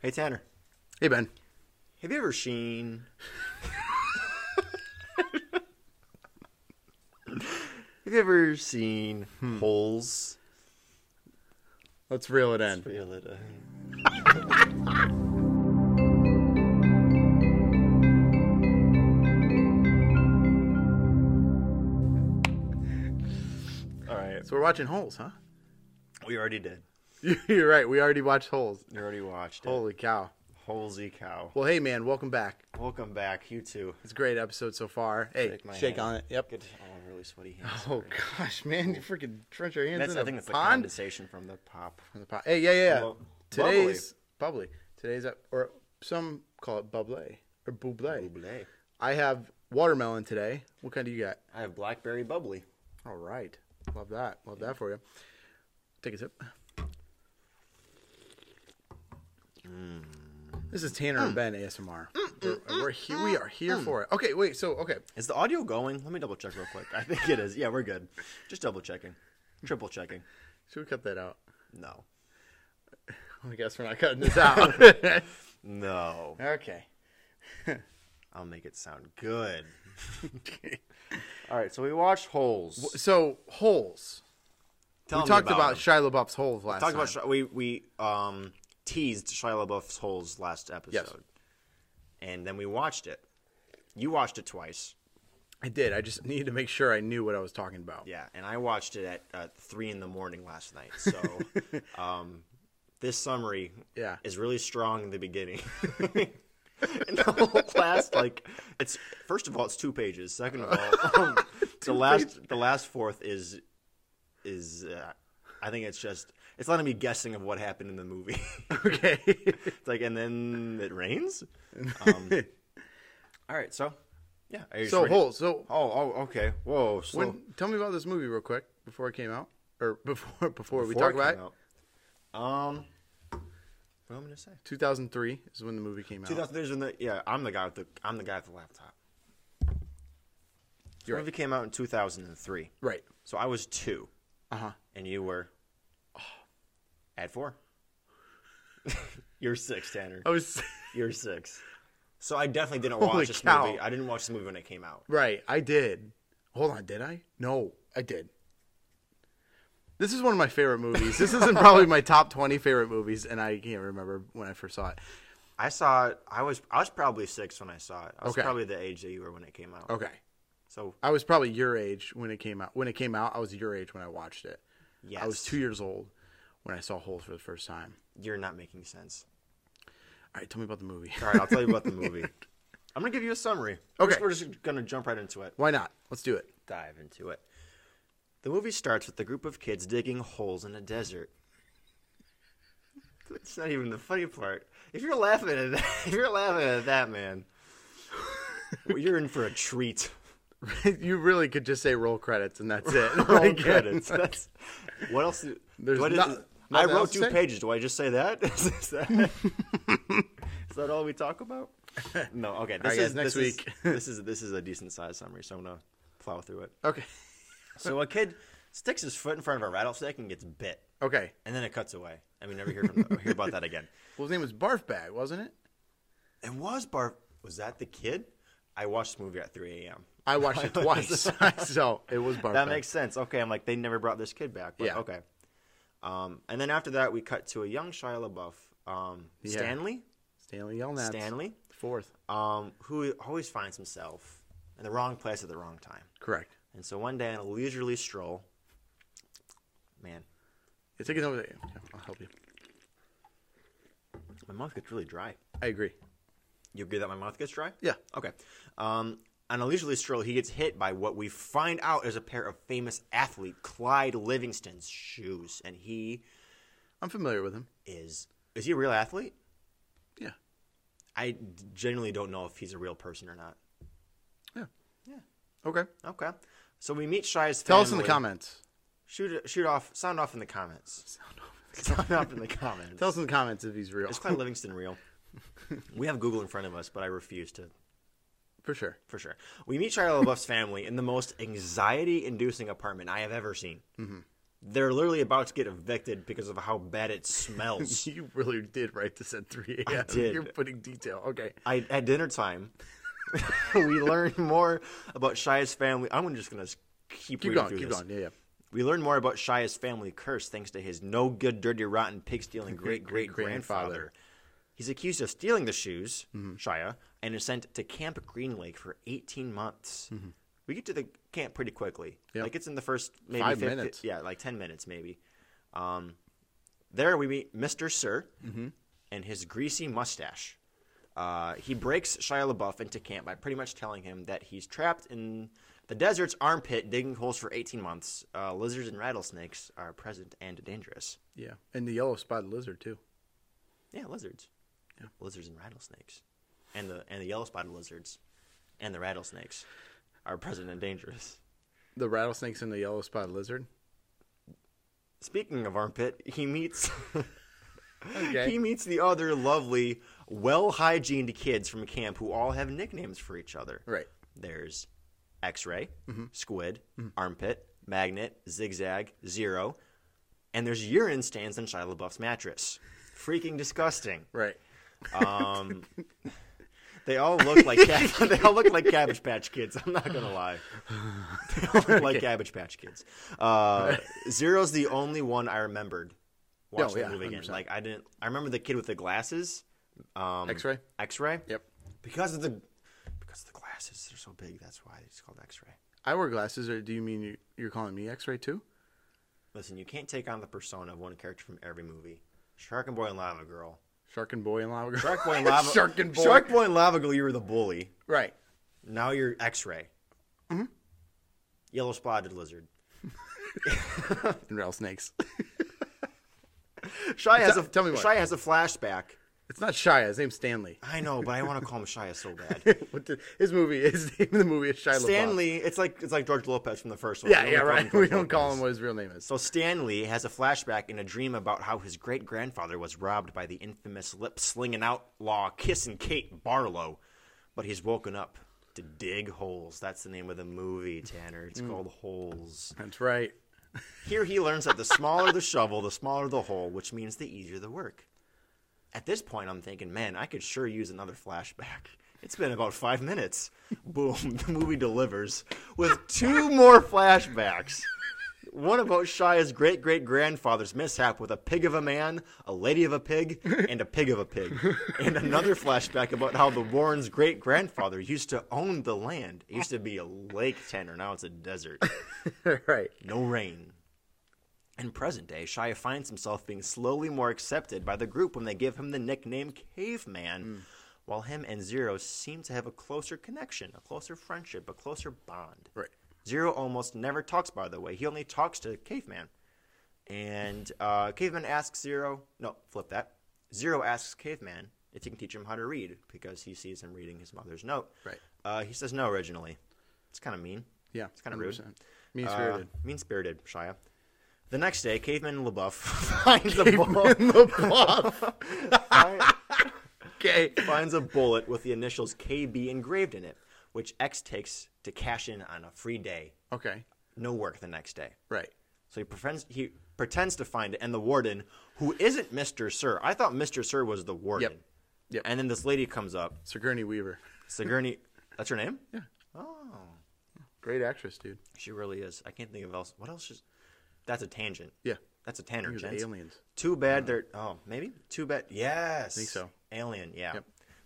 Hey Tanner, Hey Ben. have you ever seen? have you ever seen Hmm. holes? Let's reel it in. Reel it in. All right, So we're watching Holes, huh? we already did. You're right. We already watched Holes. You already watched it. Holy cow. Holesy cow! Well, hey man, welcome back. Welcome back, you two. It's a great episode so far. Hey, shake, hand. on it. Yep. Good. Oh, I'm really sweaty hands. Oh gosh, man, you freaking trench your hands That's, in a I think that's the pond. condensation from the pop. hey, yeah, yeah. yeah. Well, Today's bubbly. Today's up, or some call it bubbly or buble. Bubbly. I have watermelon today. What kind do you got? I have blackberry bubbly. All right, love that. Love that for you. Take a sip. Mm. This is Tanner and Ben ASMR. We're, we're he- we mm, are here for it. Okay, wait. So okay, Is the audio going? Let me double check real quick. I think it is. Yeah, we're good. Just double checking, triple checking. should we cut that out? No, I guess we're not cutting this out. no. okay. I'll make it sound good. All right. So we watched Holes. So holes. Tell we me talked about, them. Shia LaBeouf's holes last talked time. about Shi- we we um teased Shia LaBeouf's Holes last episode, and then we watched it. You watched it twice. I did. I just needed to make sure I knew what I was talking about. Yeah, and I watched it at uh, three in the morning last night. So, um, this summary Yeah. is really strong in the beginning. and the whole last like it's first of all it's two pages. Second of all, um, the last the last fourth is is uh, I think it's just it's letting me guessing of what happened in the movie. Okay. it's like and then it rains. Um, all right, so yeah. Are you so ready? holes. So Oh, oh, okay. Whoa. So when, tell me about this movie real quick before it came out, or before before, we before talk about came it. out. Um, what am I gonna say? 2003 is when the movie came out. 2000, there's in the yeah. I'm the guy with the I'm the guy with the laptop. The You're movie came out in 2003, Right. so I was two, Uh huh. and you were oh, at four. You're six, Tanner. I was You're six. So I definitely didn't Holy watch this cow. movie. I didn't watch the movie when it came out. right. I did. Hold on. Did I? No, I did. This is one of my favorite movies. This isn't probably my top 20 favorite movies, and I can't remember when I first saw it. I saw it. I was I was probably six when I saw it. I was Okay. probably the age that you were when it came out. Okay. So I was probably your age when it came out. When it came out, I was your age when I watched it. yes, I was two years old when I saw Holes for the first time. you're not making sense. All right, tell me about the movie. All right, I'll tell you about the movie. I'm gonna give you a summary. We're just- Okay. we're just gonna jump right into it. Why not? Let's do it. Dive into it. The movie starts with a group of kids digging holes in a desert. That's not even the funny part. If you're laughing at that, if you're laughing at that, man, well, you're in for a treat. you really could just say roll credits and that's it. Roll Like, credits. That's, what else? do- There's what is- not- I nothing else wrote to two say? pages. Do I just say that? is, that is that all we talk about? No. Okay. This right, is guys, next this is- week. this is this is a decent sized summary, so I'm gonna plow through it. Okay. So a kid sticks his foot in front of a rattlesnake and gets bit, Okay. and then it cuts away, and we never hear from hear about that again. Well, his name was Barf Bag, wasn't it? And was Barf was that the kid? I watched the movie at 3 a.m. I watched it twice, so it was Barf That Bag. makes sense. Okay, I'm like they never brought this kid back. But Yeah. Okay. Um, and then after that, we cut to a young Shia LaBeouf, um, Yeah. Stanley, Stanley Yelnats. Stanley, Fourth. um, who always finds himself in the wrong place at the wrong time. Correct. And so one day, in a leisurely stroll, man, Yeah, take it over there. Yeah, I'll help you. my mouth gets really dry. I agree. You agree that my mouth gets dry? Yeah. Okay. Um, on a leisurely stroll, he gets hit by what we find out is a pair of famous athlete Clyde Livingston's shoes, and he I'm familiar with him. is—is he a real athlete? Yeah. I genuinely don't know if he's a real person or not. Yeah. Yeah. Okay. Okay. So we meet Shia's Tell family. us in the comments. Shoot, shoot off, sound off in the comments. Sound off in the comments. Tell us in the comments if he's real. Is Clyde Livingston real? We have Google in front of us, but I refuse to For sure. for sure. We meet Shia LaBeouf's family in the most anxiety-inducing apartment I have ever seen. Mm-hmm. They're literally about to get evicted because of how bad it smells. You really did write this at 3 a.m. did. You're putting detail. Okay. I at dinner time, we learn more about Shia's family. I'm just gonna s- keep Keep reading going. through Keep this. going. Yeah, yeah. We learn more about Shia's family curse thanks to his no good, dirty, rotten, pig stealing great great grandfather. He's accused of stealing the shoes, Mm-hmm. Shia, and is sent to Camp Green Lake for 18 months. We get to the camp pretty quickly. Mm-hmm. Yeah. Like it's in the first maybe Five 50 minutes. Yeah, like 10 minutes maybe. Um, there we meet Mr. Sir Mm-hmm. and his greasy mustache. Uh, he breaks Shia LaBeouf into camp by pretty much telling him that he's trapped in the desert's armpit, digging holes for 18 months. Uh, lizards and rattlesnakes are present and dangerous. Yeah. And the yellow spotted lizard, too. Yeah, lizards. Lizards and rattlesnakes, and the and the yellow spotted lizards, and the rattlesnakes are present and dangerous. The rattlesnakes and the yellow spotted lizard. Speaking of armpit, he meets Okay. he meets the other lovely, well hygiened kids from camp who all have nicknames for each other. Right. Mm-hmm. There's X ray, squid, armpit, magnet, zigzag, zero, and there's urine stains on Shia LaBeouf's mattress. Freaking disgusting. Right. Um, they all look like cab- they all look like Cabbage Patch Kids. I'm not gonna lie, they all look like Cabbage Patch Kids. Uh, Zero's the only one I remembered watching Oh, the yeah, movie again. 100%. Like I didn't. I remember the kid with the glasses. Um, X-Ray? X-ray. Yep. Because of the because of the glasses, they're so big. That's why it's called X-ray. I wear glasses, or do you mean you- you're calling me X-ray too? Listen, you can't take on the persona of one character from every movie. Shark and Boy and Lava Girl. Shark and boy and lava girl. Shark Boy and Lava. Shark and boy. Shark Boy and Lava Girl. You were the bully. Right. Now you're X-ray. Mm-hmm. Yellow spotted lizard. And rattlesnakes. Shia has Tell- a tell me what. Shia has a flashback. it's not Shia. His name's Stanley. I know, but I want to call him Shia so bad. What the, his movie. His name in the movie is Shia LaBeouf. Stanley, it's like it's like George Lopez from the first one. Yeah, We yeah, only call him right. George We don't call Lopez. him what his real name is. So Stanley has a flashback in a dream about how his great grandfather was robbed by the infamous lip slinging outlaw Kissin' Kate Barlow, but he's woken up to dig holes. That's the name of the movie, Tanner. Mm. It's called Holes. That's right. Here he learns that the smaller the shovel, the smaller the hole, which means the easier the work. At this point, I'm thinking, man, I could sure use another flashback. It's been about five minutes. Boom, the movie delivers with two more flashbacks. One about Shia's great great grandfather's mishap with a pig of a man, a lady of a pig, and a pig of a pig. And another flashback about how the Warren's great grandfather used to own the land. It used to be a lake tenor, now it's a desert right. no rain. In present day, Shia finds himself being slowly more accepted by the group when they give him the nickname Caveman, Hmm. while him and Zero seem to have a closer connection, a closer friendship, a closer bond. Right. Zero almost never talks, by the way. He only talks to Caveman. And uh, Caveman asks Zero, no, flip that. Zero asks Caveman if he can teach him how to read because he sees him reading his mother's note. Right. Uh, he says no originally. It's kind of mean. Yeah. It's kind of rude. 100%. Mean spirited. mean spirited, Uh, Shia. The next day, Caveman and LaBeouf finds a, bullet, LaBeouf. okay. finds a bullet with the initials KB engraved in it, which X takes to cash in on a free day. Okay. No work the next day. Right. So he pretends, he pretends to find it, and the warden, who isn't Mr. Sir, I thought Mr. Sir was the warden. Yep. Yep. And then this lady comes up, Sigourney Weaver. Sigourney, that's her name? Yeah. Oh. Great actress, dude. She really is. I can't think of else. What else is. That's a tangent. Yeah. That's a Tanner. He was gents. aliens. Too bad they're oh maybe too bad yes I think so. alien yeah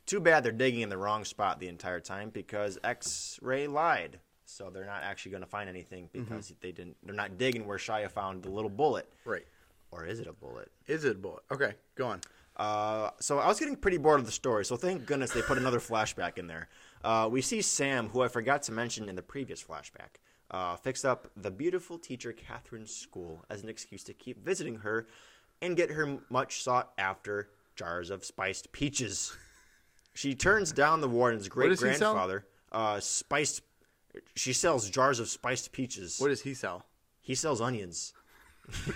too bad they're digging in the wrong spot the entire time because X-ray lied so they're not actually going to find anything Mm-hmm. because they didn't they're not digging where Shia found the little bullet Right. or is it a bullet Is it a bullet? Okay. Go on. uh, so I was getting pretty bored of the story, so thank goodness they put another flashback in there. Uh, we see Sam, who I forgot to mention in the previous flashback, uh, fix up the beautiful teacher Catherine's school as an excuse to keep visiting her and get her much sought after jars of spiced peaches. She turns down the warden's great does he sell? grandfather. Uh, spiced. She sells jars of spiced peaches. What does he sell? He sells onions. A, a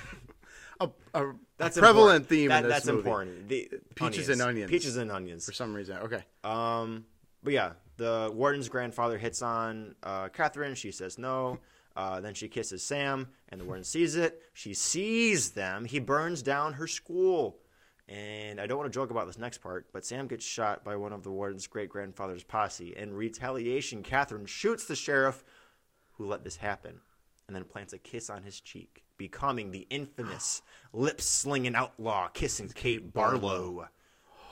Oh, uh, That's prevalent important. theme That- in this that's movie. important. The, Peaches and onions. Peaches and onions. For some reason. Okay. Oh. Um, but yeah, the warden's grandfather hits on uh, Catherine. She says no. Uh, then she kisses Sam, and the warden sees it. She sees them. He burns down her school. And I don't want to joke about this next part, but Sam gets shot by one of the warden's great grandfather's posse. In retaliation, Catherine shoots the sheriff who let this happen and then plants a kiss on his cheek, becoming the infamous lip slinging outlaw kissing Kate Barlow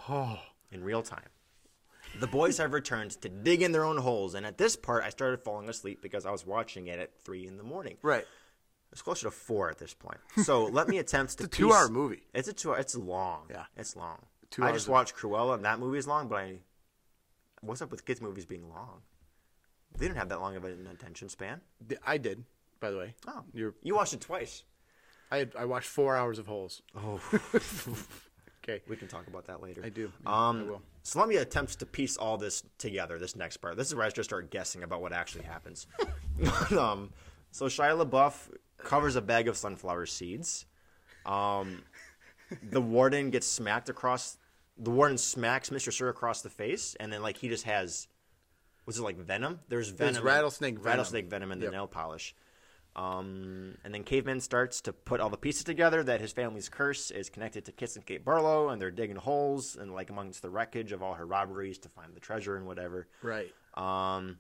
Oh, in real time. The boys have returned to dig in their own holes, and at this part, I started falling asleep because I was watching it at three in the morning. right. It's closer to four at this point. So let me attempt to. It's a two-hour piece- movie. It's a two. It's long. Yeah. it's long. Two I hours just of- watched Cruella, and that movie is long. But I, what's up with kids' movies being long? They didn't have that long of an attention span. D- I did, by the way. Oh, You're- you watched it twice. I had, I watched four hours of Holes. Oh, Okay, we can talk about that later. I do. Yeah, I Um, will. So let me attempt to piece all this together. This next part. This is where I just start guessing about what actually happens. um, so Shia LaBeouf covers a bag of sunflower seeds. Um, the warden gets smacked across. The warden smacks Mr. Sir across the face, and then like he just has, was it like venom? There's venom. rattlesnake venom. Rattlesnake venom in the Yep. nail polish. Um, and then Caveman starts to put all the pieces together that his family's curse is connected to Kiss and Kate Barlow, and they're digging holes and like amongst the wreckage of all her robberies to find the treasure and whatever. right. Um,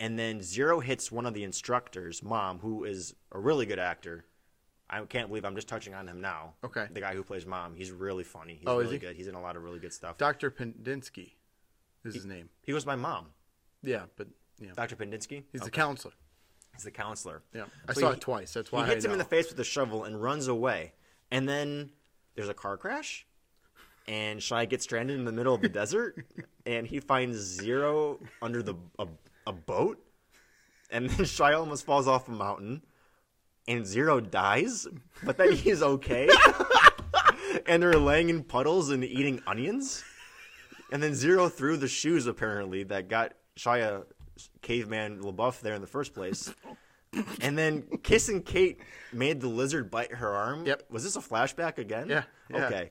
and then Zero hits one of the instructors, Mom, who is a really good actor. I can't believe I'm just touching on him now. Okay. The guy who plays Mom, he's really funny. He's Oh, is really he? good. He's in a lot of really good stuff. Doctor Pendinsky is his name. he goes by Mom, Yeah, but yeah, Dr. Pendinsky. he's the counselor. He's the counselor. Yeah, I So saw he- it twice. That's He why hits I him in know. the face with a shovel and runs away. And then there's a car crash, and Shy gets stranded in the middle of the desert, and he finds Zero under the a, a boat, and then Shy almost falls off a mountain, and Zero dies, but then he's okay, and they're laying in puddles and eating onions, and then Zero threw the shoes apparently that got Shia caveman LaBeouf there in the first place. And then kissing Kate made the lizard bite her arm. Yep. Was this a flashback again? Yeah, yeah. Okay.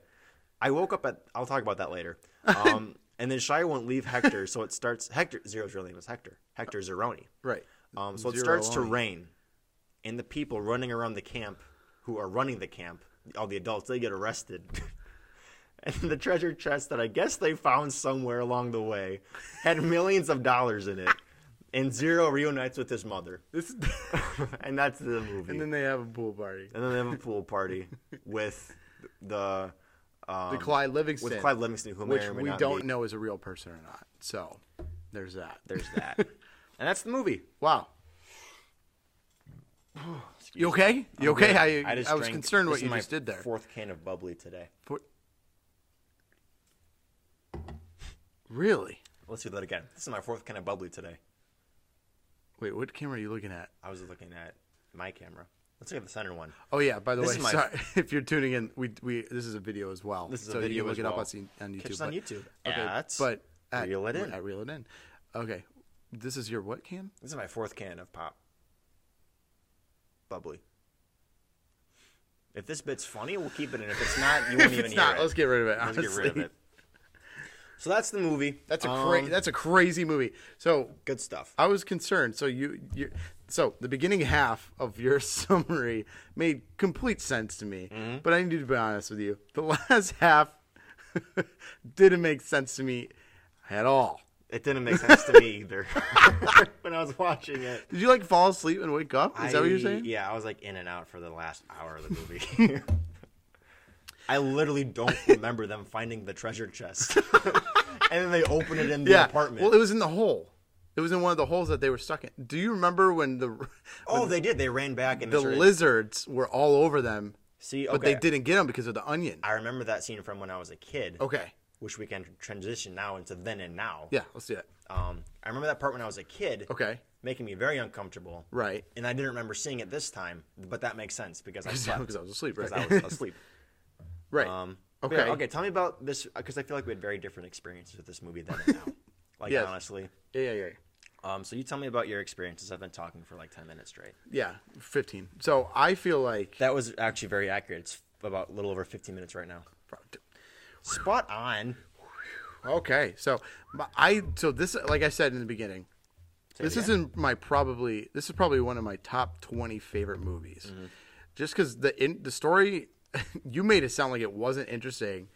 I woke up at. I'll talk about that later. Um, and then Shia won't leave Hector, so it starts. Hector Zero's real name is Hector. Hector Zeroni. right. Um, so it Zero starts to only. rain, and the people running around the camp, who are running the camp, all the adults, they get arrested. and the treasure chest that I guess they found somewhere along the way had millions of dollars in it. And Zero reunites with his mother, This is, and that's the movie. and then they have a pool party. And then they have a pool party with the um, The Clyde Livingston, with Clyde Livingston, who may which or may we not don't be. know is a real person or not. So there's that. There's that, and that's the movie. Wow. You okay? You okay? I, I, just was drank- concerned this what is you my just did there. Fourth can of bubbly today. For- Really? Let's do that again. This is my fourth can of bubbly today. Wait, what camera are you looking at? I was looking at my camera. Let's look at the center one. Oh yeah. By the This way, is my- sorry if you're tuning in. We we this is a video as well. This is a so video you can look as it up well. on, C- on YouTube. Catch us on but- YouTube. Okay, At but at, Reel It In. At reel it in. Okay. This is your what cam? This is my fourth can of pop. Bubbly. If this bit's funny, we'll keep it in. If it's not, you won't If even it's hear not, it. let's get rid of it. Let's get rid of honestly. it. So that's the movie. That's a Um, cra- that's a crazy movie. So good stuff. I was concerned. So you, you, so the beginning half of your summary made complete sense to me. Mm-hmm. But I need to be honest with you. The last half didn't make sense to me at all. It didn't make sense to me either when I was watching it. Did you like fall asleep and wake up? Is that what you're I- saying? Yeah, I was like in and out for the last hour of the movie. I literally don't remember them finding the treasure chest, and then they open it in the apartment. Well, it was in the hole. It was in one of the holes that they were stuck in. Do you remember when the oh, they did. They ran back and the started- lizards were all over them, See, okay. but they didn't get them because of the onion? I remember that scene from when I was a kid. Okay. Which we can transition now into then and now. Yeah, let's do that. Um, I remember that part when I was a kid. Okay. Making me very uncomfortable. Right. And I didn't remember seeing it this time, but that makes sense because I slept. Because I was asleep, right? because I was asleep. right. Um, okay. okay. okay. Tell me about this because I feel like we had very different experiences with this movie then and now. Like Yes. honestly. Yeah, yeah, yeah. Um, so you tell me about your experiences. I've been talking for like ten minutes straight. Yeah, 15. So I feel like That was actually very accurate. It's about a little over fifteen minutes right now. Spot on. okay. So my- I so this like I said in the beginning, Say this it again. isn't my probably. This is probably one of my top twenty favorite movies, Mm-hmm. just because the in, the story. you made it sound like it wasn't interesting,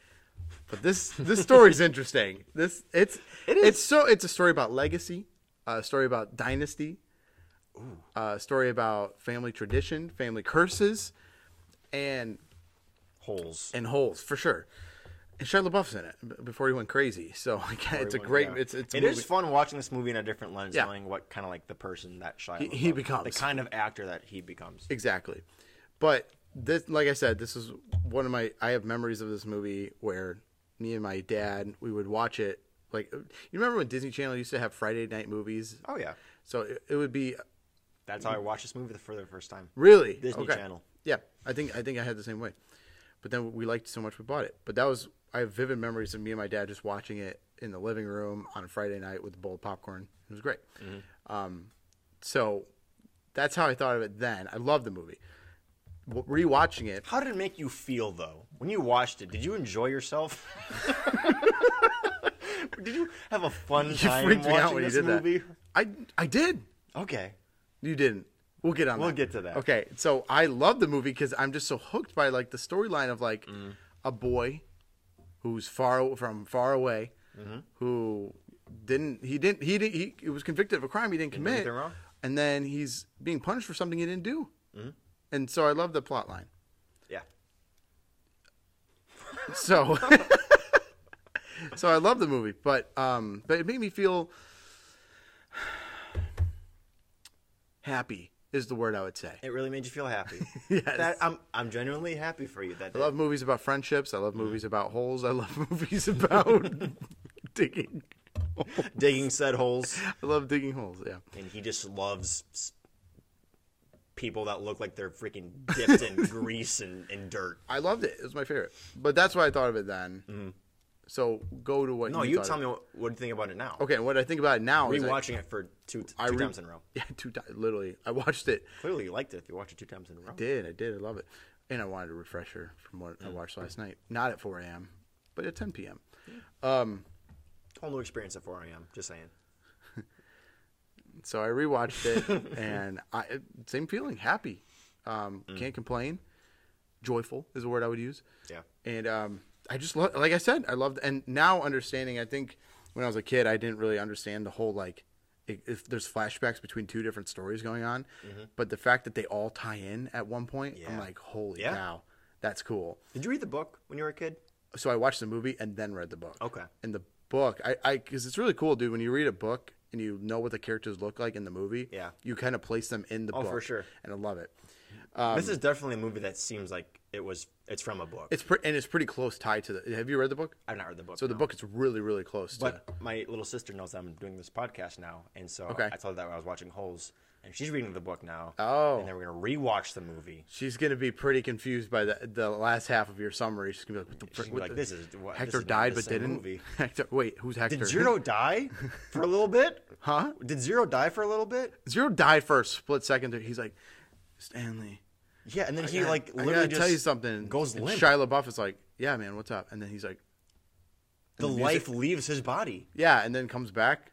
but this this story's interesting. This it's It it's is. so it's a story about legacy, a story about dynasty, a story about family tradition, family curses, and holes. and holes for sure. And Shia LaBeouf's in it b- before he went crazy. So like, it's a great. It's it's a It is movie. fun watching this movie in a different lens, Yeah. knowing what kind of like the person that Shia He- he LaBeouf- the becomes. kind of actor that he becomes. Exactly. But this, like I said, this is one of my. I have memories of this movie where me and my dad we would watch it. Like you remember when Disney Channel used to have Friday night movies? Oh yeah, So it, it would be that's how I watched this movie for the first time. really Disney Channel. Yeah, I think I think I had the same way. But then we liked it so much we bought it. But that was I have vivid memories of me and my dad just watching it in the living room on a Friday night with a bowl of popcorn. It was great. Mm-hmm. Um, so that's how I thought of it then. I loved the movie. W- Rewatching it, How did it make you feel though when you watched it? Did you enjoy yourself? did you have a fun time watching this movie? I I did. Okay, You didn't. We'll get on. We'll that. get to that. Okay, so I love the movie because I'm just so hooked by like the storyline of like Mm-hmm. a boy who's far from far away Mm-hmm. who didn't he didn't he didn't he, he was convicted of a crime he didn't commit anything wrong. Mm-hmm. and then he's being punished for something he didn't do. And so I love the plot line. yeah. So So I love the movie, but um but it made me feel happy is the word I would say. It really made you feel happy. Yes. That- I'm I'm genuinely happy for you. That I love movies about friendships. I love Mm. movies about holes. I love movies about digging. digging said holes, I love digging holes. Yeah. and he just loves s- people that look like they're freaking dipped in grease and, and dirt. I loved it. It was my favorite. But that's what I thought of it then. So go to what Mm-hmm. No, you thought tell of me what, what do you think about it now. it. Okay, and what I think about it now is I- Rewatching it for two, two re- times in a row. Yeah, two times. Literally, I watched it. Clearly, you liked it if you watched it two times in a row. Did I did I love it, and I wanted a refresher from what Mm. I watched last night. Not at 4 a.m., but at 10 p.m. Whole new experience at 4 a.m. Just saying. So I rewatched it, and I same feeling, happy. Um, Mm. Can't complain. Joyful is the word I would use. Yeah. And um, I just love, like I said, I loved, and now understanding. I think when I was a kid, I didn't really understand the whole like i- if there's flashbacks between two different stories going on, but the fact that they all tie in at one point, I'm Mm-hmm. Yeah. like, holy Yeah. cow, that's cool. Did you read the book when you were a kid? So I watched the movie and then read the book. Okay. And the book, I, I, because it's really cool, dude. When you read a book and you know what the characters look like in the movie, Yeah. Oh, you kind of place them in the book. for sure. And I love it. Um, this is definitely a movie that seems like it was. It's from a book. It's pre- and it's pretty close tied to the. Have you read the book? I've not read the book. So the book is really, really close to. But my little sister knows I'm doing this podcast now, and so Okay. I told her that when I was watching Holes, and she's reading the book now. Oh. and then we're gonna rewatch the movie. She's gonna be pretty confused by the the last half of your summary. She's gonna be like, what the frick- She's what like, the- "This is what, this Hector is not died the but same didn't." movie." Hector, wait, who's Hector? Did Zero die for a little bit? Huh? Did Zero die for a little bit? Zero died for a split second. there. He's like, Stanley. Yeah, and then he I- like I literally gotta just tell you something. goes and limp. Shia LaBeouf is like, yeah, man, what's up? And then he's like, the life leaves his body. yeah, and then comes back.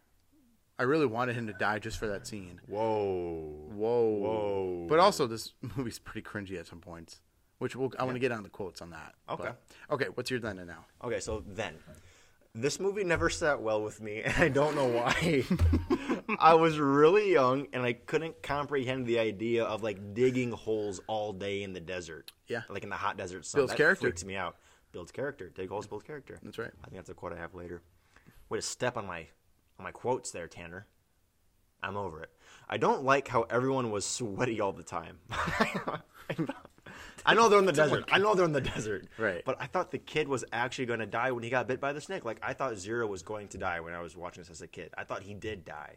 I really wanted him to die just for that scene. Whoa. Whoa. Whoa. But also, this movie's pretty cringy at some points, which we'll, I want to get on the quotes on that. Okay. But- okay, what's your then and now? Okay, so then. This movie never sat well with me, and I don't know why. I was really young, and I couldn't comprehend the idea of like digging holes all day in the desert. Yeah. like in the hot desert sun. Builds that character. freaks me out. Builds character. Dig holes, build character. That's right. I think that's a quote I have later. Way to step on my on my quotes there, Tanner. I'm over it. I don't like how everyone was sweaty all the time. I know they're in the desert. I know they're in the desert. Right. But I thought the kid was actually going to die when he got bit by the snake. Like I thought Zero was going to die when I was watching this as a kid. I thought he did die.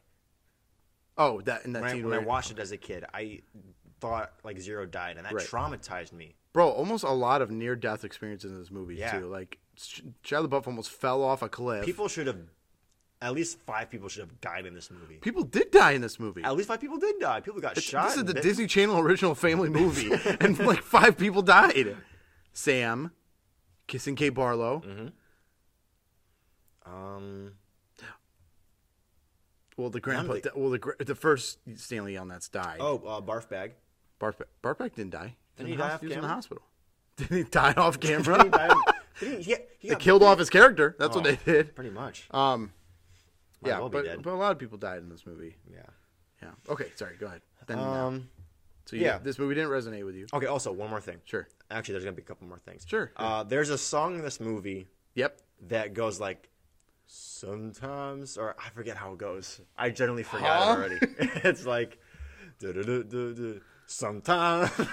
Oh, that in that When I, scene when I where watched it as a kid, I thought like Zero died, and that Right. traumatized me. bro, almost a lot of near death experiences in this movie Yeah. too. Like Sh- Shia LaBeouf almost fell off a cliff. People, People should have, at least five people should have died in this movie. did die in this movie. At least five people did die. People got shot. This is and the bit- Disney Channel original family movie, and like five people died. Sam, kissing Kate Mm-hmm. Barlow. um, Well, the grandpa. of the- well, the gra- the first Stanley Yelnats died. Oh, uh, barf bag. Barf, Barfback didn't die. Didn't He was he in the die hos- off he was in the camera? hospital. Did he die off camera? He died- he- he- he they got- killed off his character. That's what Oh, they did. Pretty much. Um, Might yeah, well be but, dead. but a lot of people died in this movie. yeah. Yeah. Okay. Sorry. Go ahead. Then, uh, Um. so you, yeah. this movie didn't resonate with you. Okay. Also, one more thing. Sure. Actually, there's gonna be a couple more things. Sure. Uh, there's a song in this movie Yep. that goes like sometimes or I forget how it goes. I generally forgot Huh? it already. it's like "Du-du-du-du-du, sometimes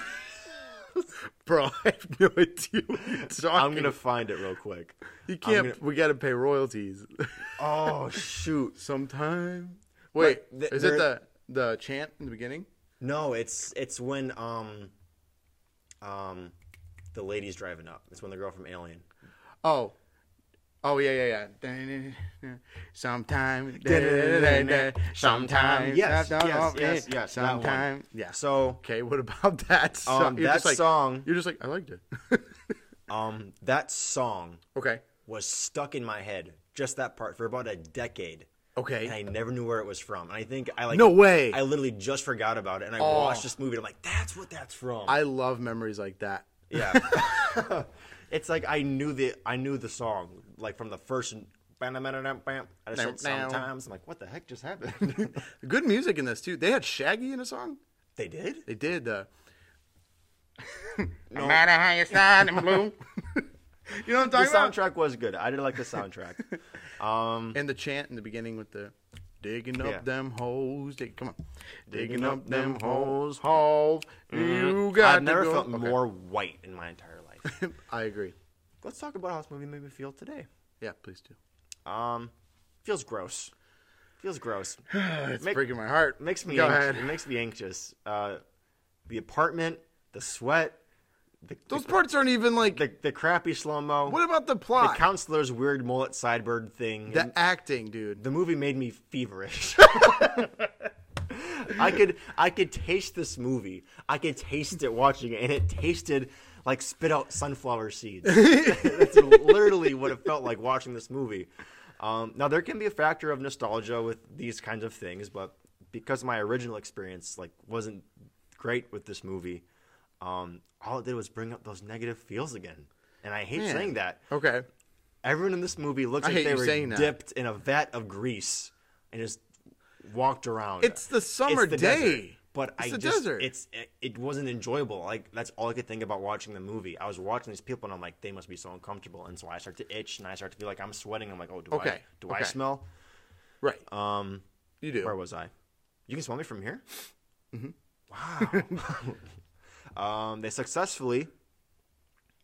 Bro, I have no idea. What you're I'm talking gonna find it real quick. You I'm can't. We got to pay royalties Oh shoot. sometime. Wait, th- is it the there- the chant in the beginning? No, it's it's when um um the lady's driving up. It's when the girl from Alien. Oh, oh yeah, yeah, yeah. Sometime, sometime, Yes, yes, yes, yes. that one. sometime. Yeah. So Okay, what about that song? Um, You're that just like, song- You're just like, I liked it. um that song okay. was stuck in my head, just that part, for about a decade. Okay. And I never knew where it was from. And I think I like No way. Oh. I literally just forgot about it and I watched this movie and I'm like, that's what that's from. I love memories like that. yeah. it's like I knew the I knew the song, like from the first bam, bam, bam, bam. I just said Now, now. sometimes. I'm like, what the heck just happened? Good music in this too. They had Shaggy in a song. they did? They did. Uh, No. matter how you sound and blue. you know what I'm The talking about? soundtrack was good. I did like the soundtrack. um And the chant in the beginning with the digging up Yeah. them holes. Dig, come on, digging Digging up up them them Mm-hmm. holes, holes. You got. I've never to go. felt Okay. more white in my entire life. I agree. Let's talk about how this movie made me feel today. Yeah, please do. Um, feels gross. Feels gross. It's Make- breaking my heart. makes me Go anx- ahead. it makes me anxious. Uh, the apartment, the sweat, the Those parts aren't even like. the, the crappy slow mo. what about the the plot? counselor's weird mullet sidebird thing? The, acting, dude. the movie made me feverish. I could I could taste this movie. I could taste it watching it, and it tasted like spit out sunflower seeds. That's literally what it felt like watching this movie. Um, now there can be a factor of nostalgia with these kinds of things, but because my original experience like wasn't great with this movie, um, all it did was bring up those negative feels again. And I hate saying that. Okay. Everyone in this movie looks I hate like they you were saying that. dipped in a vat of grease and just walked around. It's the summer It's the day. desert, but It's I the just desert. it's it, it wasn't enjoyable. Like that's all I could think about watching the movie. I was watching these people and I'm like, they must be so uncomfortable. And so I start to itch and I start to feel like I'm sweating. I'm like, oh, do I Okay, do I okay. smell? Right. Um, you do. where was I? You can smell me from here. Mm-hmm. Wow. um, they successfully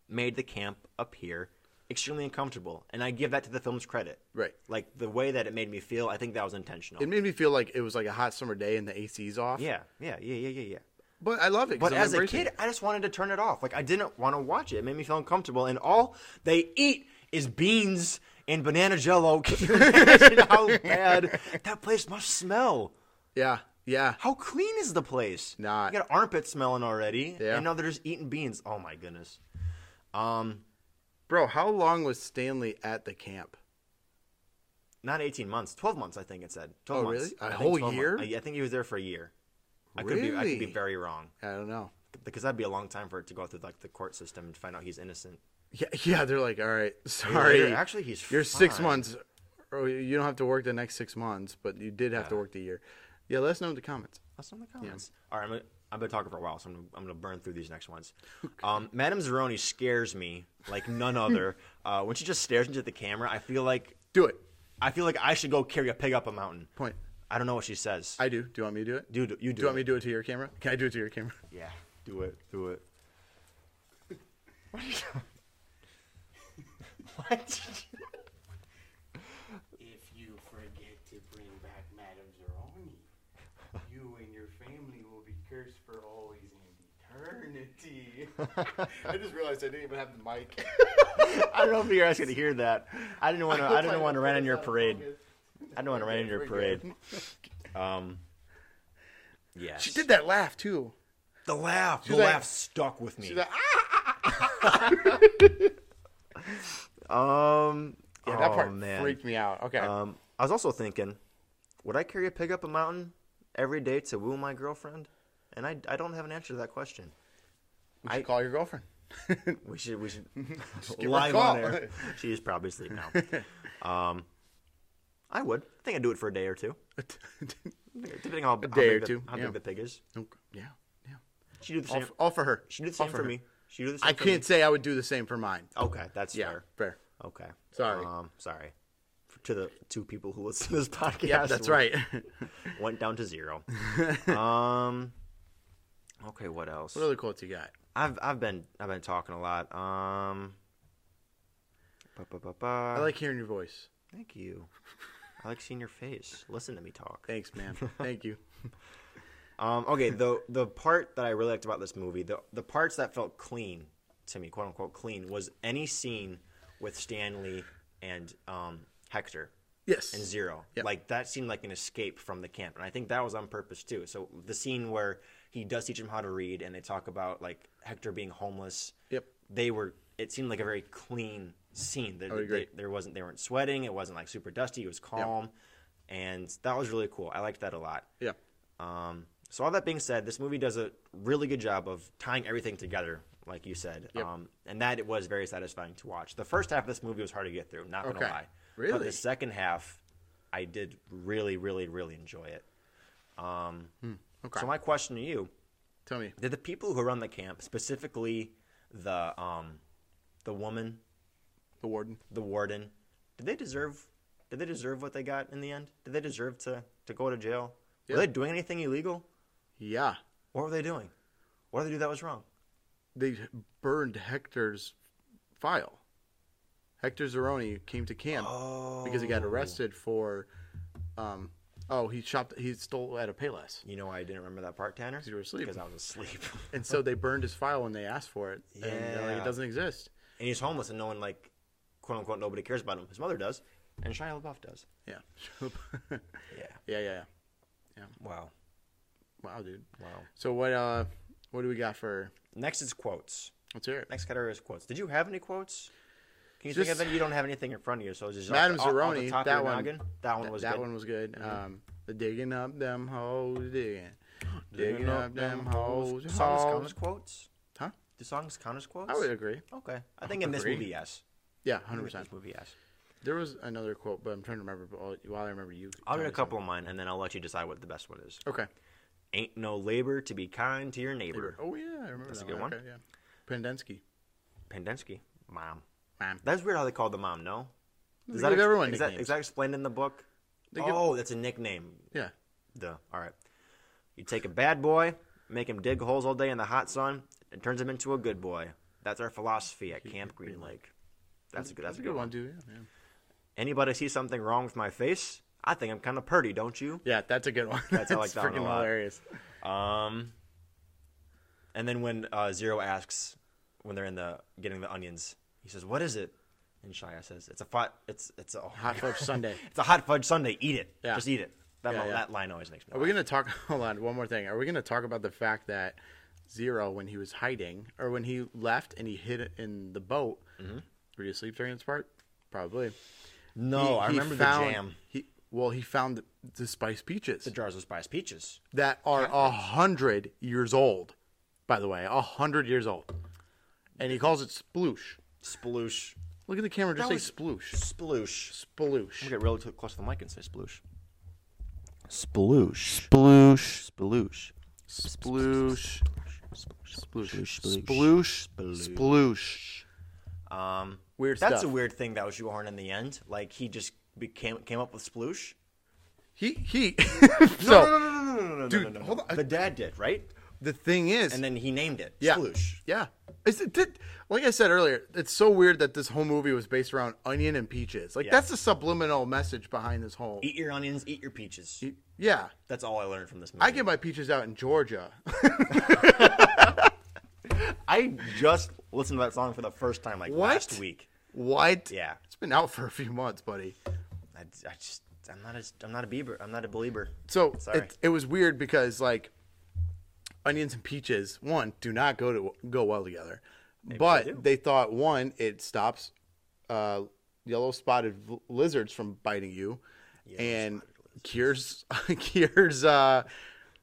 made the camp appear extremely uncomfortable, and I give that to the film's credit. Right. Like the way that it made me feel, I think that was intentional. It made me feel like it was like a hot summer day and the AC's off. yeah, yeah, yeah, yeah, yeah, yeah. But I love it. 'cause But I'm as a embracing kid, it. I just wanted to turn it off. Like I didn't want to watch it. It made me feel uncomfortable, and all they eat is beans and banana jello. Can you imagine how bad that place must smell? yeah, yeah. How clean is the place? Not. You got armpit smelling already. Yeah. And now they're just eating beans. Oh my goodness. Um, Bro, how long was Stanley at the camp? not 18 months, 12 months, I think it said. 12 Oh, months. really? A I think whole 12 months. year? I, I think he was there for a year. I could be I could Really? be very wrong I don't know. because that'd be a long time for it to go through like the court system and find out he's innocent. Yeah, yeah. They're like, all right, sorry. later, actually, he's you're six fine." months. Or you don't have to work the next six months, but you did have to work the year. Yeah, let us know in the comments. That's in the comments. All right, I'm gonna, I've been talking for a while, so I'm gonna, I'm gonna burn through these next ones. Um, Madame Zeroni scares me like none other. uh, when she just stares into the camera, I feel like Do it. I feel like I should go carry a pig up a mountain. Point. I don't know what she says. I do. Do you want me to do it? Dude, you do. Do you want me it. to do it to your camera? Can I do it to your camera? Yeah, do it. Do it. what? If you forget to bring back Madame Zeroni, you and your family will be cursed for always and eternity. I just realized I didn't even have the mic. I don't know if you guys could hear that. I didn't want to. I didn't want to run in your parade. I didn't want to run in your parade. Um. Yes. She did that laugh too. the laugh. The like- laugh stuck with me. She's like, ah! um. Yeah, that oh, part man. ah." Oh, oh, freaked me out. Okay. Um. I was also thinking, Would I carry a pig up a mountain every day to woo my girlfriend? And I, I don't have an answer to that question. We should call your girlfriend. We should we should give her a live on call. air. She is probably asleep now. um, I would. I think I'd do it for a day or two, depending on how, day big or the, two, how yeah. big the pig is. Okay, yeah, yeah. She do the All, same. f- all for her. she do the All same for her. me. She do the same. I for can't me. say I would do the same for mine. Okay, that's Yeah, fair. fair. Okay. Sorry. Um, sorry. For, to the two people who listen to this podcast. Yeah, that's right. Went down to zero. um. Okay. What else? what other quotes you got? I've I've been I've been talking a lot. Um. ba, ba, ba, ba. I like hearing your voice. Thank you. I like seeing your face. Listen to me talk. Thanks, man. Thank you. Um, okay, the the part that I really liked about this movie, the the parts that felt clean to me, quote unquote clean, was any scene with Stanley and um, Hector Yes. and Zero. Yep. Like that seemed like an escape from the camp, and I think that was on purpose too. So the scene where he does teach him how to read, and they talk about like Hector being homeless. Yep. They were. It seemed like a very clean scene. There, would agree. they- there wasn't. They weren't sweating. It wasn't like super dusty. It was calm, and that was really cool. I liked that a lot. Yeah. Um, so all that being said, this movie does a really good job of tying everything together, like you said, Yep. um, and that it was very satisfying to watch. The first half of this movie was hard to get through, not gonna Okay. lie. But Really? the second half, I did really, really, really enjoy it. Um, okay. So my question to you: Tell me. Did the people who run the camp, specifically the um, the woman, The warden. the warden, did they deserve? Did they deserve what they got in the end? Did they deserve to to go to jail? Yeah. Were they doing anything illegal? Yeah. What were they doing? What did they do that was wrong? They burned Hector's file. Hector Zeroni came to camp because he Oh. got arrested for um oh, he shopped he stole at a Payless. You know why I didn't remember that part, Tanner? Because you were asleep. Because I was asleep. And so they burned his file when they asked for it. And they're like, Yeah. it doesn't exist. and he's homeless, and no one like, quote unquote, nobody cares about him. His mother does, and Shia LaBeouf does. Yeah. Yeah. yeah, yeah, yeah. Wow. Wow, dude. Wow. So what uh what do we got for Next is quotes. let's hear it. Next category is quotes. Did you have any quotes? Can you think Just- of any? You don't have anything in front of you, so it's just Madame off, off- off Zeroni, the top of that your one- noggin? That one Th- was that good. Mm-hmm. one was good. Um, the digging up them hoes, digging, Digging digging up them hoes, Do songs count hoes. as quotes? Huh? Do songs count as quotes? I would agree. Okay. I think in this agree. movie, yes. I Yeah, hundred think in percent. this movie, yes. There was another quote, but I'm trying to remember. But while- while I remember you, Mm-hmm. I'll tell read a me couple of mine, and then I'll let you decide what the best one is. something. Okay. Ain't no labor to be kind to your neighbor. Oh yeah, I remember That's a that good one. Okay, yeah. Pendensky. Pendensky, mom. Man, That's weird how they called the mom. No, They give everyone is that, nicknames. is that explained in the book? give- oh, that's a nickname. yeah. Duh. All right. You take a bad boy, make him dig holes all day in the hot sun, and turns him into a good boy. That's our philosophy at Camp Green Lake. That's a good. That's a good one. too. Yeah, yeah. Anybody see something wrong with my face? I think I'm kind of purty, don't you? Yeah, that's a good one. That's- I like that one freaking a lot. hilarious. Um, and then when uh, Zero asks, when they're in the getting the onions, he says, "What is it?" And Shia says, "It's a fat, it's it's a Hot fudge sundae. it's a hot fudge sundae. Eat it. Yeah. Just eat it." That, Yeah, li- yeah. that line always makes me. Are laugh. we gonna talk? Hold on, one more thing. Are we gonna talk about the fact that Zero, when he was hiding, or when he left and he hid in the boat, Mm-hmm. were you asleep during this part? Probably. no, He- I he remember found- the jam. He well, he found the, the spiced peaches The jars of spiced peaches. that are a hundred years old. By the way, a hundred years old, and he calls it sploosh. Sploosh. Look at the camera. Just That say sploosh. Sploosh. I'm Sploosh. gonna get really t- close to the mic and say sploosh. Sploosh. Sploosh. Sploosh. Sploosh. Sploosh. Sploosh. Sploosh. Sploosh. Sploosh. Um, Weird That's stuff. a weird thing that was shoehorned in the end. Like he just became came up with sploosh. He he. No, so no, no, no, no, no, no, Dude, no, no, no. hold on. The dad did, right? the thing is, And then he named it Yeah. Sploosh. Yeah. It's, it did, like I said earlier, it's so weird that this whole movie was based around onion and peaches. Like, Yeah. E- that's the subliminal message behind this whole. Eat your onions, eat your peaches. Yeah. That's all I learned from this movie. I get my peaches out in Georgia. I just listened to that song for the first time like What? last week. what? Yeah. It's been out for a few months, buddy. I, I just I'm not a, I'm not a Bieber. I'm not a believer. So Sorry. it, it was weird because, like, onions and peaches, one, do not go to go well together. but they they, do. thought, one, it stops uh, yellow spotted lizards from biting you. and cures cures uh,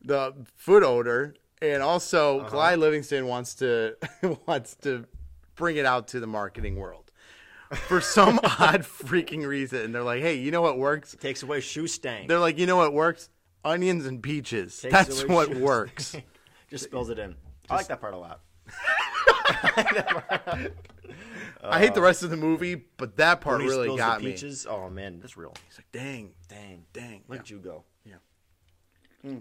the foot odor, and also Clyde Livingston wants to wants to bring it out to the marketing world for some odd freaking reason. They're like, hey, you know what works? Takes away shoe stank. They're like, you know what works? Onions and peaches. Takes That's away what shoe works. stank. Just spills it in. I like that part a lot. I hate the rest of the movie, but that part When he really Uh, spills got the me. peaches. Oh man, that's real. It's like, dang, Dang, dang. look yeah. at you go. Yeah.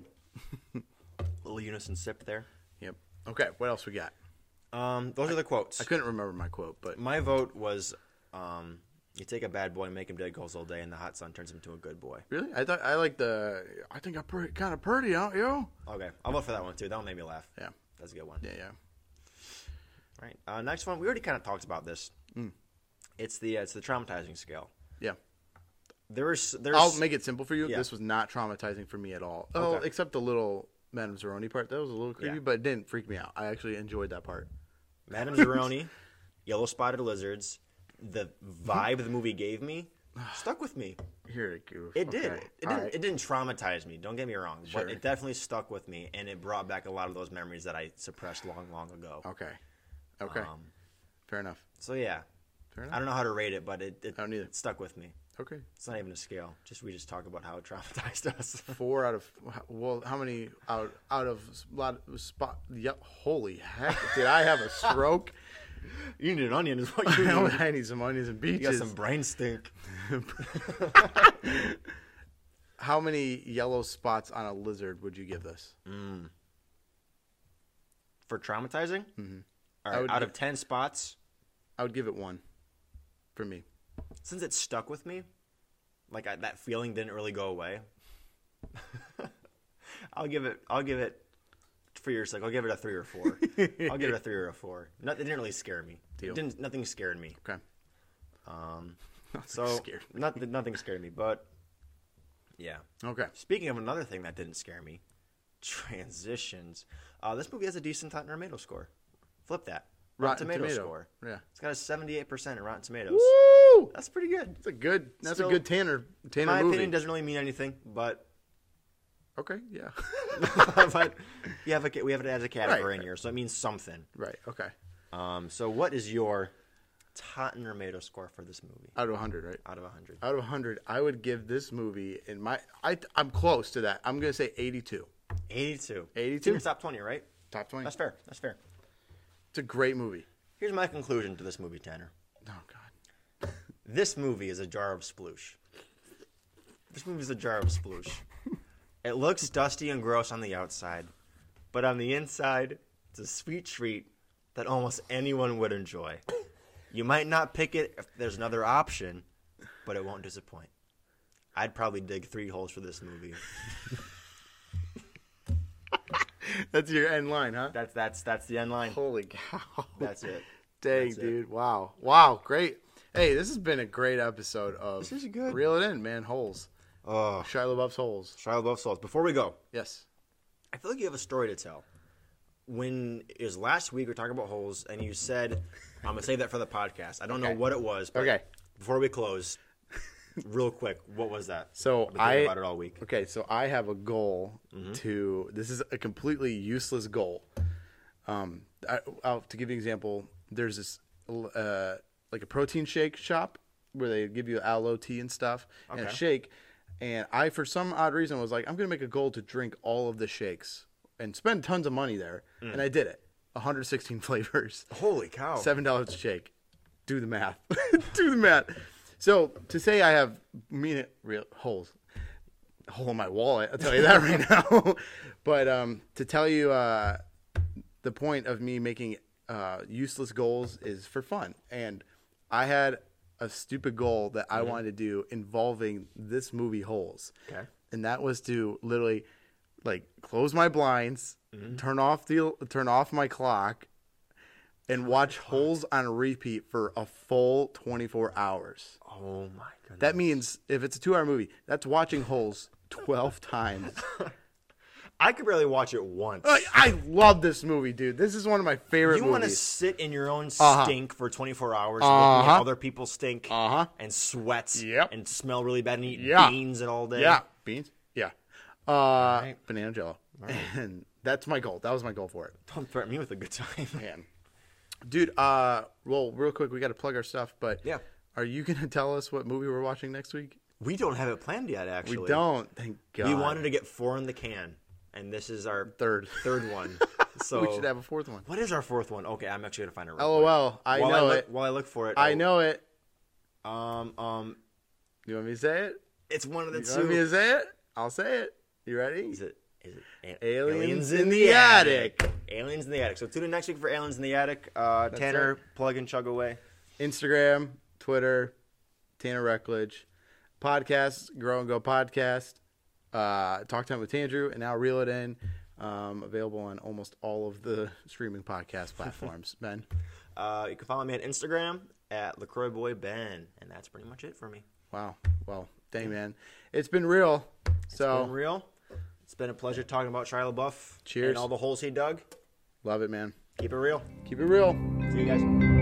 Little unison sip there. Yep. Okay, what else we got? Um, those are the quotes. I couldn't remember my quote, but My vote was, um, you take a bad boy and make him dead goals all day, and the hot sun turns him to a good boy. really, I thought I like the. I think I'm pretty, kind of pretty, aren't you? Okay, I'll vote for that one too. That one made me laugh. Yeah. that's a good one. Yeah, yeah. All right, uh, next one. We already kind of talked about this. Mm. It's the uh, it's the traumatizing scale. Yeah. There's there's I'll make it simple for you. Yeah. This was not traumatizing for me at all. Oh, Okay. except the little Madame Zeroni part. That was a little creepy, Yeah. but it didn't freak me out. I actually enjoyed that part. Madame Zeroni, yellow spotted lizards. The vibe the movie gave me stuck with me. Here it goes. It did. Okay. It All didn't. right. It didn't traumatize me. Don't get me wrong, Sure. but it definitely stuck with me, and it brought back a lot of those memories that I suppressed long, long ago. Okay. Oh, Okay. Um, Fair enough. so yeah, Fair enough. I don't know how to rate it, but it, it, I don't either. it stuck with me. Okay. It's not even a scale. Just we just talk about how it traumatized us. Four out of well, how many out out of s- lot spot? Yep. Holy heck! Did I have a stroke? you need an onion, is what you need. I need some onions and You got beaches. some brain stink. How many yellow spots on a lizard would you give this? for traumatizing. Mm-hmm. All I right, would out gi- of ten spots, I would give it one, for me. since it stuck with me, like I, that feeling didn't really go away. I'll give it. I'll give it for your sake. I'll give it a three or four. I'll give it a three or a four. No, it didn't really scare me. Deal. It didn't nothing scared me. Okay. So scared not nothing scared me, but yeah. Okay. Speaking of another thing that didn't scare me, transitions. Uh, this movie has a decent Rotten Tomato score. Flip that. Rotten, Rotten Tomato, Tomato. score. Yeah. It's got a 78% in Rotten Tomatoes. Woo! That's pretty good. That's a good. That's Still, a good Tanner. Tanner My movie. opinion doesn't really mean anything, but okay. Yeah. but you have a, we have it as a category in right. here, so it means something. right. Okay. Um, so what is your Rotten Tomato score for this movie Out of hundred, right? out of 100? Out of hundred, I would give this movie in my. I I'm close to that. I'm gonna say eighty-two. 82. 82? It's in your top 20, right? Top twenty. That's fair. That's fair. It's a great movie. Here's my conclusion to this movie, Tanner. Oh God. This movie is a jar of sploosh. This movie is a jar of sploosh. it looks dusty and gross on the outside, but on the inside, it's a sweet treat that almost anyone would enjoy. You might not pick it if there's another option, but it won't disappoint. I'd probably dig three holes for this movie. That's your end line, huh? That's that's that's the end line. Holy cow. That's it. Dang, That's it. dude. Wow. Wow. Great. Hey, this has been a great episode of This is good. Reel It In, man. Holes. Oh, Shia LaBeouf's holes. Shia LaBeouf souls. Before we go, Yes. I feel like you have a story to tell. When it was last week, we were talking about holes, and you said, "I'm gonna save that for the podcast." I don't know what it was. But Okay. Before we close, real quick, what was that? So I've been I thinking about it all week. Okay, so I have a goal to. This is a completely useless goal. Um, I, I'll, to give you an example, there's this uh, like a protein shake shop where they give you aloe tea and stuff and a Okay. shake. And I, for some odd reason, was like, I'm gonna make a goal to drink all of the shakes and spend tons of money there. And I did it. 116 flavors Holy cow! seven dollars a shake. Do the math. Do the math. So to say I have mean it real holes, hole in my wallet. I'll tell you that right now. but um, to tell you uh, the point of me making uh, useless goals is for fun, and I had a stupid goal that I wanted to do involving this movie holes. Mm-hmm. Okay. And that was to literally like close my blinds, Mm-hmm. turn off the turn off my clock, and Oh, watch holes on repeat for a full 24 hours. Oh my goodness! That means if it's a two hour movie, that's watching holes 12 times. I could barely watch it once. I, I love this movie, dude. This is one of my favorite you want to movies. sit in your own Uh-huh. stink for 24 hours looking Uh-huh. at other people's stink Uh-huh. and sweats Yep. and smell really bad and eat Yeah. beans and all day. yeah, beans. Yeah, uh, right. banana jello, and that's my goal. That was my goal for it. Don't threaten me with a good time. Man. Dude, uh, well, real quick, we got to plug our stuff, but Yeah. are you going to tell us what movie we're watching next week? We don't have it planned yet, We actually. don't. Thank God. We wanted to get four in the can, and this is our Third. third one. So We should have a fourth one. What is our fourth one? Okay, I'm actually gonna find it. Real quick. LOL. I while know I look, it. While I look for it, I I'll- know it. Um, um, You want me to say it? it's one of the You want me two. to say it? I'll say it. You ready? Is it? Is it a- Aliens in the Attic. Aliens in the attic. So tune in next week for Aliens in the attic. Uh, Tanner, plug and chug away. Instagram, Twitter, Tanner Reckledge, podcast, Grow and Go podcast, uh, Talk Time with Tandrew, and now Reel It In. Um, available on almost all of the streaming podcast platforms. Ben, Uh, you can follow me on Instagram at Lacroix Boy Ben, and that's pretty much it for me. wow. Well, dang man, it's been real. So Been real. It's been a pleasure talking about Shia LaBeouf. Cheers. And all the holes he dug. love it, man. Keep it real. Keep it real. See you guys.